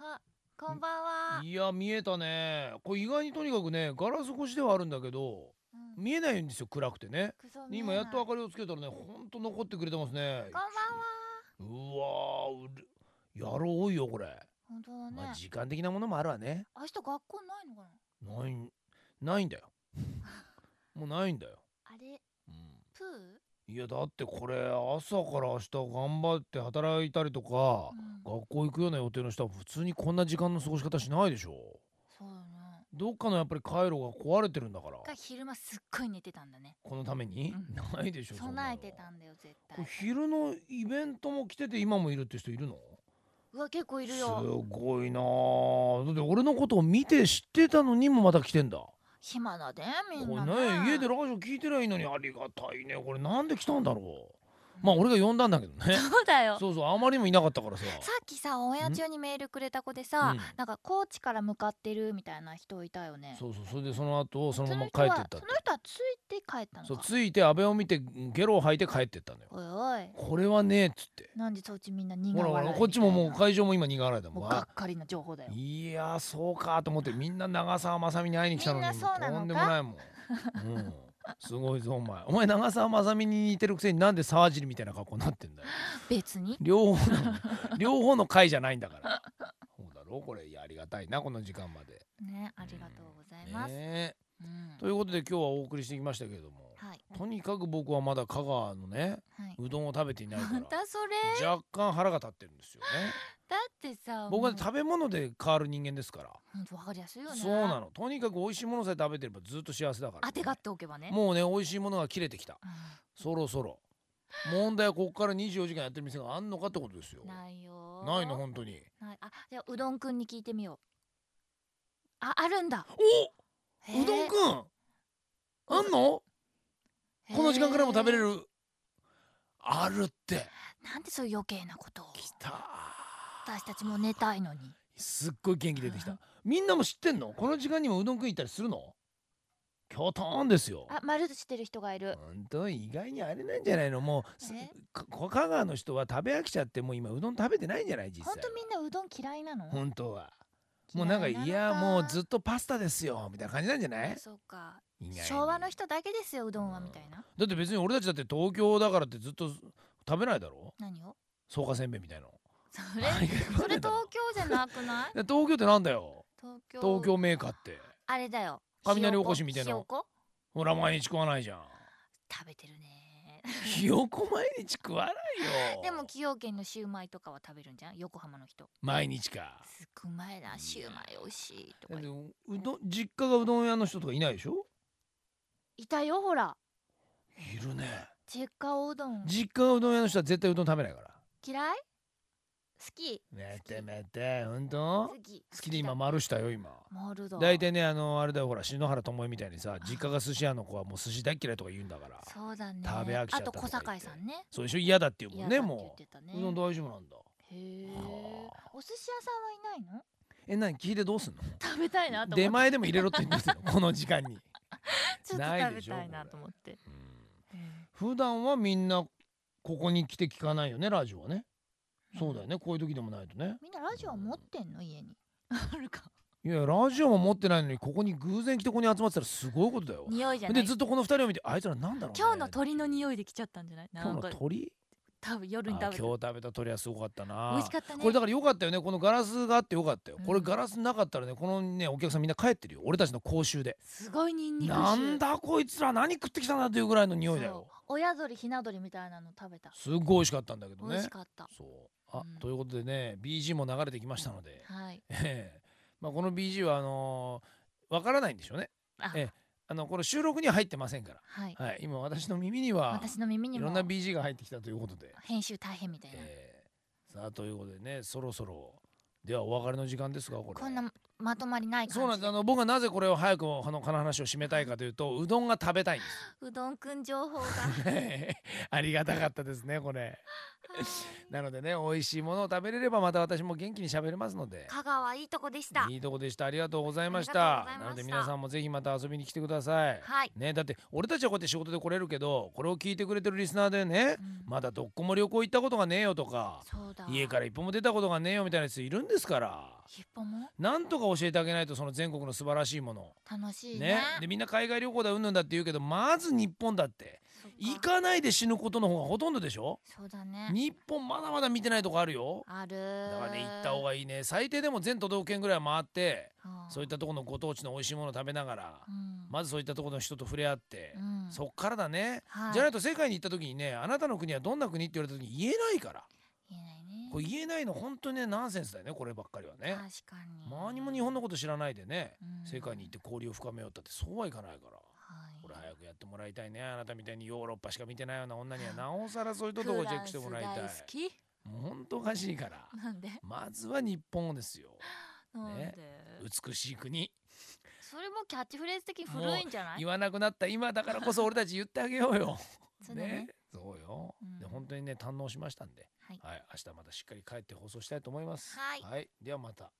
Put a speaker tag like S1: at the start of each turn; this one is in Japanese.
S1: あ、こんばんは。
S2: いや見えたねこれ意外にとにかくねガラス越しではあるんだけど
S1: うん、
S2: 見えないんですよ暗くてね
S1: クソ
S2: で
S1: 見え
S2: 今
S1: ない
S2: やっと明かりをつけたらねほんと残ってくれてますね
S1: こんばんは。
S2: うわーうるやろう多いよこれ、
S1: 本当だね。
S2: まあ時間的なものもあるわね
S1: 明日学校ないのかな。
S2: ないんないんだ よもうないんだよ、
S1: あれ、
S2: うん
S1: プー。
S2: いやだってこれ朝から明日頑張って働いたりとか
S1: う、ん、
S2: 学校行くような予定の人は普通にこんな時間の過ごし方しないでしょ
S1: そうだね。
S2: どっかのやっぱり回路が壊れてるんだから
S1: が昼間すっごい寝てたんだね。
S2: このために、
S1: う
S2: ないでしょそんなの
S1: 備えてたんだよ、絶
S2: こ
S1: 対。
S2: れ昼のイベントも来てて今もいるって人いるの
S1: うわ、結構いる
S2: す
S1: よ。
S2: ごいなあだって俺のことを見て知ってたのにもまた来てんだこ
S1: 暇だね、み
S2: れ
S1: んな、
S2: ね家でラジオ聞いてりゃいいのにありがたいねこれなんで来たんだろうまあ俺が呼んだんだけど ね
S1: そうだよ。
S2: そうそうあまりにもいなかったからさ
S1: さっきさオンエア中にメールくれた子でさ、
S2: うん
S1: なんか高知から向かってるみたいな人いたよね
S2: そうそうそれでその後そ
S1: そ
S2: のま
S1: の
S2: ま
S1: 人
S2: 帰ってっ
S1: は
S2: たっ
S1: そ
S2: て
S1: の人はついて帰ったの
S2: そう
S1: か
S2: ついて安倍を見てゲロを吐いて帰ってったのよ
S1: おいおい
S2: これはねえっつって
S1: なんでそっちみんな苦
S2: ほらほ
S1: 笑い
S2: らこっちももう
S1: みたい
S2: 会場も今苦笑いだ
S1: な
S2: もん
S1: もうがっかりな情報だよ
S2: いやーそうかと思ってみんな長澤まさみに会いに来たのに
S1: みんなそうなのか
S2: とんでもないもん、うん、すごいぞお前お前長澤まさみに似てるくせになんで沢尻みたいな格好になってんだよ
S1: 別に
S2: 両方 の両方の回じゃないんだからそうだろうこれいやありがたいなこの時間まで、
S1: ねありがとうございます、
S2: ねえ
S1: うん
S2: ということで今日はお送りしてきましたけれども
S1: はい
S2: とにかく僕はまだ香川のね
S1: はい、
S2: うどんを食べていないか
S1: ま
S2: ら
S1: たそれ
S2: 若干腹が立ってるんですよね
S1: だってさ
S2: 僕は
S1: もう
S2: 食べ物で変わる人間ですから
S1: ほんとわかりやすいよね
S2: そうなのとにかく美味しいものさえ食べてればずっと幸せだから、
S1: 当てがっておけばね
S2: もうね美味しいものが切れてきた
S1: う
S2: そろそろ問題はここから24時間やってる店があんのかってことですよ
S1: ん
S2: な
S1: ないよ
S2: いの本当に
S1: ないあじゃあうどんくんに聞いてみようああるんだ
S2: おうどん
S1: ん
S2: くんあんのこの時間からも食べれ
S1: る
S2: るあるって
S1: なんでそういう余計なことを
S2: きた
S1: 私たちも寝たいのに
S2: すっごい元気出てきたみんなも知ってんのこの時間にもうどんくん行ったりするのきょとんですよ
S1: あ丸してる人がいる
S2: 本当意外にあれなんじゃないのもうす
S1: え
S2: か香川の人は食べ飽きちゃってもう今うどん食べてないんじゃない実際
S1: ほん
S2: は
S1: とみんなうどん嫌いなの
S2: 本当はもうなんか
S1: 嫌
S2: い
S1: いな
S2: や
S1: のか
S2: もうずっとパスタですよみたいな感じなんじゃない
S1: そうか
S2: 意外に
S1: 昭和の人だけですようどんは
S2: うん
S1: みたいな
S2: だって別に俺たちだって東京だからってずっと食べないだろ
S1: 何を
S2: 草加せんべいみたいの
S1: それ
S2: そ
S1: それ東京じゃなくない
S2: 東京ってなんだよ
S1: 東京
S2: 東京メーカーって
S1: あれだよ
S2: 雷おこしみたいな
S1: ひよこ
S2: ほら毎日食わないじゃん
S1: 食べてるね
S2: ひよこ毎日食わないよ
S1: でも崎陽軒のシューマイとかは食べるんじゃん横浜の人
S2: 毎日か
S1: すっごいうまいなシューマイ美味しいと
S2: だ
S1: か
S2: っ
S1: 言っ
S2: て
S1: て
S2: うどん実家がうどん屋の人とかいないでしょ
S1: いたよほら
S2: いるね
S1: 実家おうどん
S2: 実家がうどん屋の人は絶対うどん食べないから
S1: 嫌い好き
S2: め
S1: て
S2: めて本当
S1: 好き
S2: 好きで今
S1: だ
S2: 丸したよ今
S1: モールド
S2: 大体ねあのあれだよほら篠原ともえみたいにさ実家が寿司屋の子はもう寿司大っ嫌いとか言うんだから
S1: そうだね
S2: 食べ飽きちゃった
S1: あと
S2: とか
S1: 小
S2: 言って
S1: 堺さんね
S2: そうでしょ嫌だって言うも
S1: 嫌
S2: ん
S1: だ
S2: ね
S1: って言っ
S2: も
S1: てたね
S2: ううどん大丈夫なんだ
S1: へえ
S2: はあ
S1: お寿司屋さんはいないの
S2: え何聞いてどうすんの
S1: 食べたいなと思って
S2: 出前でも入れろって言うんですよ この時間に、
S1: ちょっ
S2: な
S1: と
S2: い
S1: 食べ
S2: でしょ
S1: たいなと思ってうん
S2: 普段はみんなここに来て聞かないよねラジオはねそうだよねこういう時でもないとね
S1: みんなラジオは持ってんの家 にあるか
S2: いやラジオも持ってないのにここに偶然来てここに集まってたらすごいことだよ
S1: 匂いじゃな
S2: で
S1: い
S2: ずっとこの二人を見てあいつらなんだろう、ね、
S1: 今日の鳥の匂いで来ちゃったんじゃないな
S2: 今
S1: ん
S2: 日
S1: か
S2: の鳥
S1: 多分夜に
S2: あ
S1: 食べ
S2: 今日
S1: て
S2: 食べた鳥はすごかったな
S1: 美味しかったね
S2: これだから良かったよねこのガラスがあって良かったよ、こ
S1: う
S2: れ
S1: ん
S2: ガラスなかったらねこのねお客さんみんな帰ってるよ俺たちの講習です
S1: ごいニンニク臭
S2: なんだこいつら何食ってきたんだっていうぐらいの匂いだよ
S1: そう親鳥ひな鳥みたいなの食べた
S2: すっごい美味しかったんだけど
S1: 美味
S2: ね
S1: しかった
S2: そうあ、
S1: うん
S2: ということでね BG も流れてきましたので、
S1: はい
S2: ええ まあこの BG はあのーわからないんでしょうね
S1: あ
S2: ええあのこれ収録には入ってませんから
S1: はい
S2: はい今私の耳には
S1: 私の耳
S2: い
S1: に
S2: ろ
S1: も
S2: んな BG が入ってきたということで
S1: 編集大変みたいな
S2: えーさあということでねそろそろではお別れの時間ですがこれ
S1: こんなまとまりない感じ
S2: そうなんですあの僕がなぜこれを早くあのこの話を締めたいかというとうどんが食べたいんです
S1: うどんくん情報が
S2: ありがたかったですねこれなのでね美味しいものを食べれればまた私も元気に喋れますので
S1: 香川いいとこでした。
S2: いいとこでしたありがとうございまし
S1: あ
S2: た
S1: りがとうございました
S2: なので皆さんもぜひまた遊びに来てください、
S1: はい。
S2: ねだって俺たちはこうやって仕事で来れるけどこれを聞いてくれてるリスナーでね
S1: うん
S2: まだどっこも旅行行ったことがねえよとか
S1: そうだ。
S2: 家から一歩も出たことがねえよみたいな人いるんですから
S1: 一歩も
S2: なんとか教えてあげないとその全国の素晴らしいもの
S1: 楽しい
S2: ね
S1: ね。
S2: でみんな海外旅行だうんぬんだって言うけどまず日本だって
S1: そっか
S2: 行かないで死ぬことの方がほとんどでしょ
S1: そうだね。
S2: 日本まだまだ見てないとこあるよ
S1: ある
S2: だ
S1: ー。
S2: からね行った方がいいね最低でも全都道府県ぐらい回って
S1: うん
S2: そういったところのご当地の美味しいものを食べながら
S1: うん
S2: まずそういったところの人と触れ合って
S1: うん
S2: そっからだね
S1: はい
S2: じゃないと世界に行った時にねあなたの国はどんな国って言われた時に言えないから
S1: 言えないね。
S2: これ言えないの本当にねナンセンスだよねこればっかりはね
S1: 確かに。
S2: 何も日本のこと知らないでね
S1: うん
S2: 世界に行って交流を深めようったってそうはいかないから
S1: はい。
S2: これ早くやってもらいたいねあなたみたいにヨーロッパしか見てないような女にはなおさらそういうとこをチェックしてもらいたい
S1: フランス大好
S2: もうほんとおかしいから
S1: きなんで
S2: まずは日本をですよ
S1: なんで
S2: 美しい国
S1: それもキャッチフレーズ的に古いんじゃない
S2: 言わなくなった今だからこそ俺たち言ってあげようよ
S1: そうだね
S2: そうよ、
S1: うん
S2: で本当にね堪能しましたんで
S1: はい
S2: はい、明日またしっかり帰って放送したいと思います
S1: はい
S2: ではまた